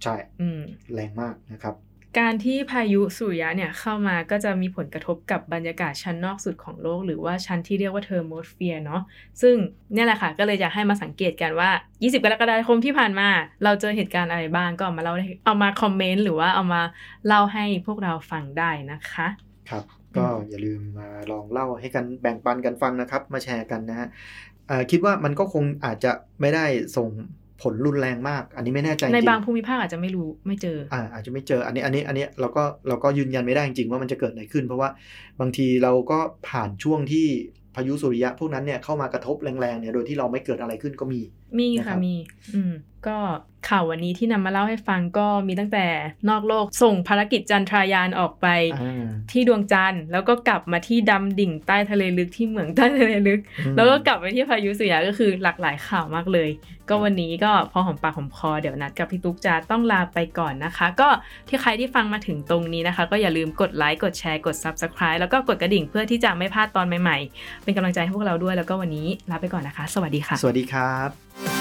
ใช่ อืม แรงมากนะครับ การที่พายุสุริยะเนี่ยเข้ามาก็จะมีผลกระทบกับบรรยากาศชั้นนอกสุดของโลก หรือว่าชั้นที่เรียกว่าเทอร์โมสเฟียร์เนาะซึ่งเนี่ยแหละค่ะก็เลยอยากให้มาสังเกตกันว่า 20 กรกฎาคมที่ผ่านมา เราเจอเหตุการณ์อะไรบ้างก็เอามาเล่าได้เอามาคอมเมนต์หรือว่าเอามาเล่าให้พวกเราฟังได้นะคะ ครับ ก็อย่าลืมมาลองเล่าให้กันแบ่งปันกันฟังนะครับ มาแชร์กันนะฮะเอ่อคิดว่ามันก็คงอาจจะไม่ได้ส่งผลรุนแรงมาก อันนี้ไม่แน่ใจจ ใน ริง บางภูมิภาคอาจจะไม่รู้ไม่เจออ อ่าอาจจะไม่เจออันนี้อันนี้อันนี้เราก็เราก็ยืนยันไม่ได้จริงๆว่ามันจะเกิดอะไรขึ้น เพราะว่าบางทีเราก็ผ่านช่วงที่พายุสุริยะพวกนั้นเนี่ยเข้ามากระทบแรงๆเนี่ยโดยที่เราไม่เกิดอะไรขึ้นก็มี มี นะครั ค่ะ บ มีอืมก็ข่าววันนี้ที่นำมาเล่าให้ฟังก็มีตั้งแต่นอกโลกส่งภารกิจจันทรายานออกไป อ่า ที่ดวงจันทร์แล้วก็กลับมาที่ดำดิ่งใต้ทะเลลึกที่เหมืองใต้ทะเลลึก แล้วก็กลับไปที่พายุสุริยะก็คือหลากหลายข่าวมากเลย ก็วันนี้ก็พอหอมปากหอมคอเดี๋ยวนัดกับพี่ตุ๊กจะต้องลาไปก่อนนะคะ ก็ที่ใครที่ฟังมาถึงตรงนี้นะคะ ก็อย่าลืมกดไลค์กดแชร์กด subscribe แล้วก็กดกระดิ่งเพื่อที่จะไม่พลาดตอนใหม่ๆ เป็นกำลังใจให้พวกเราด้วยแล้วก็วันนี้ลาไปก่อนนะคะ สวัสดีค่ะ สวัสดีครับ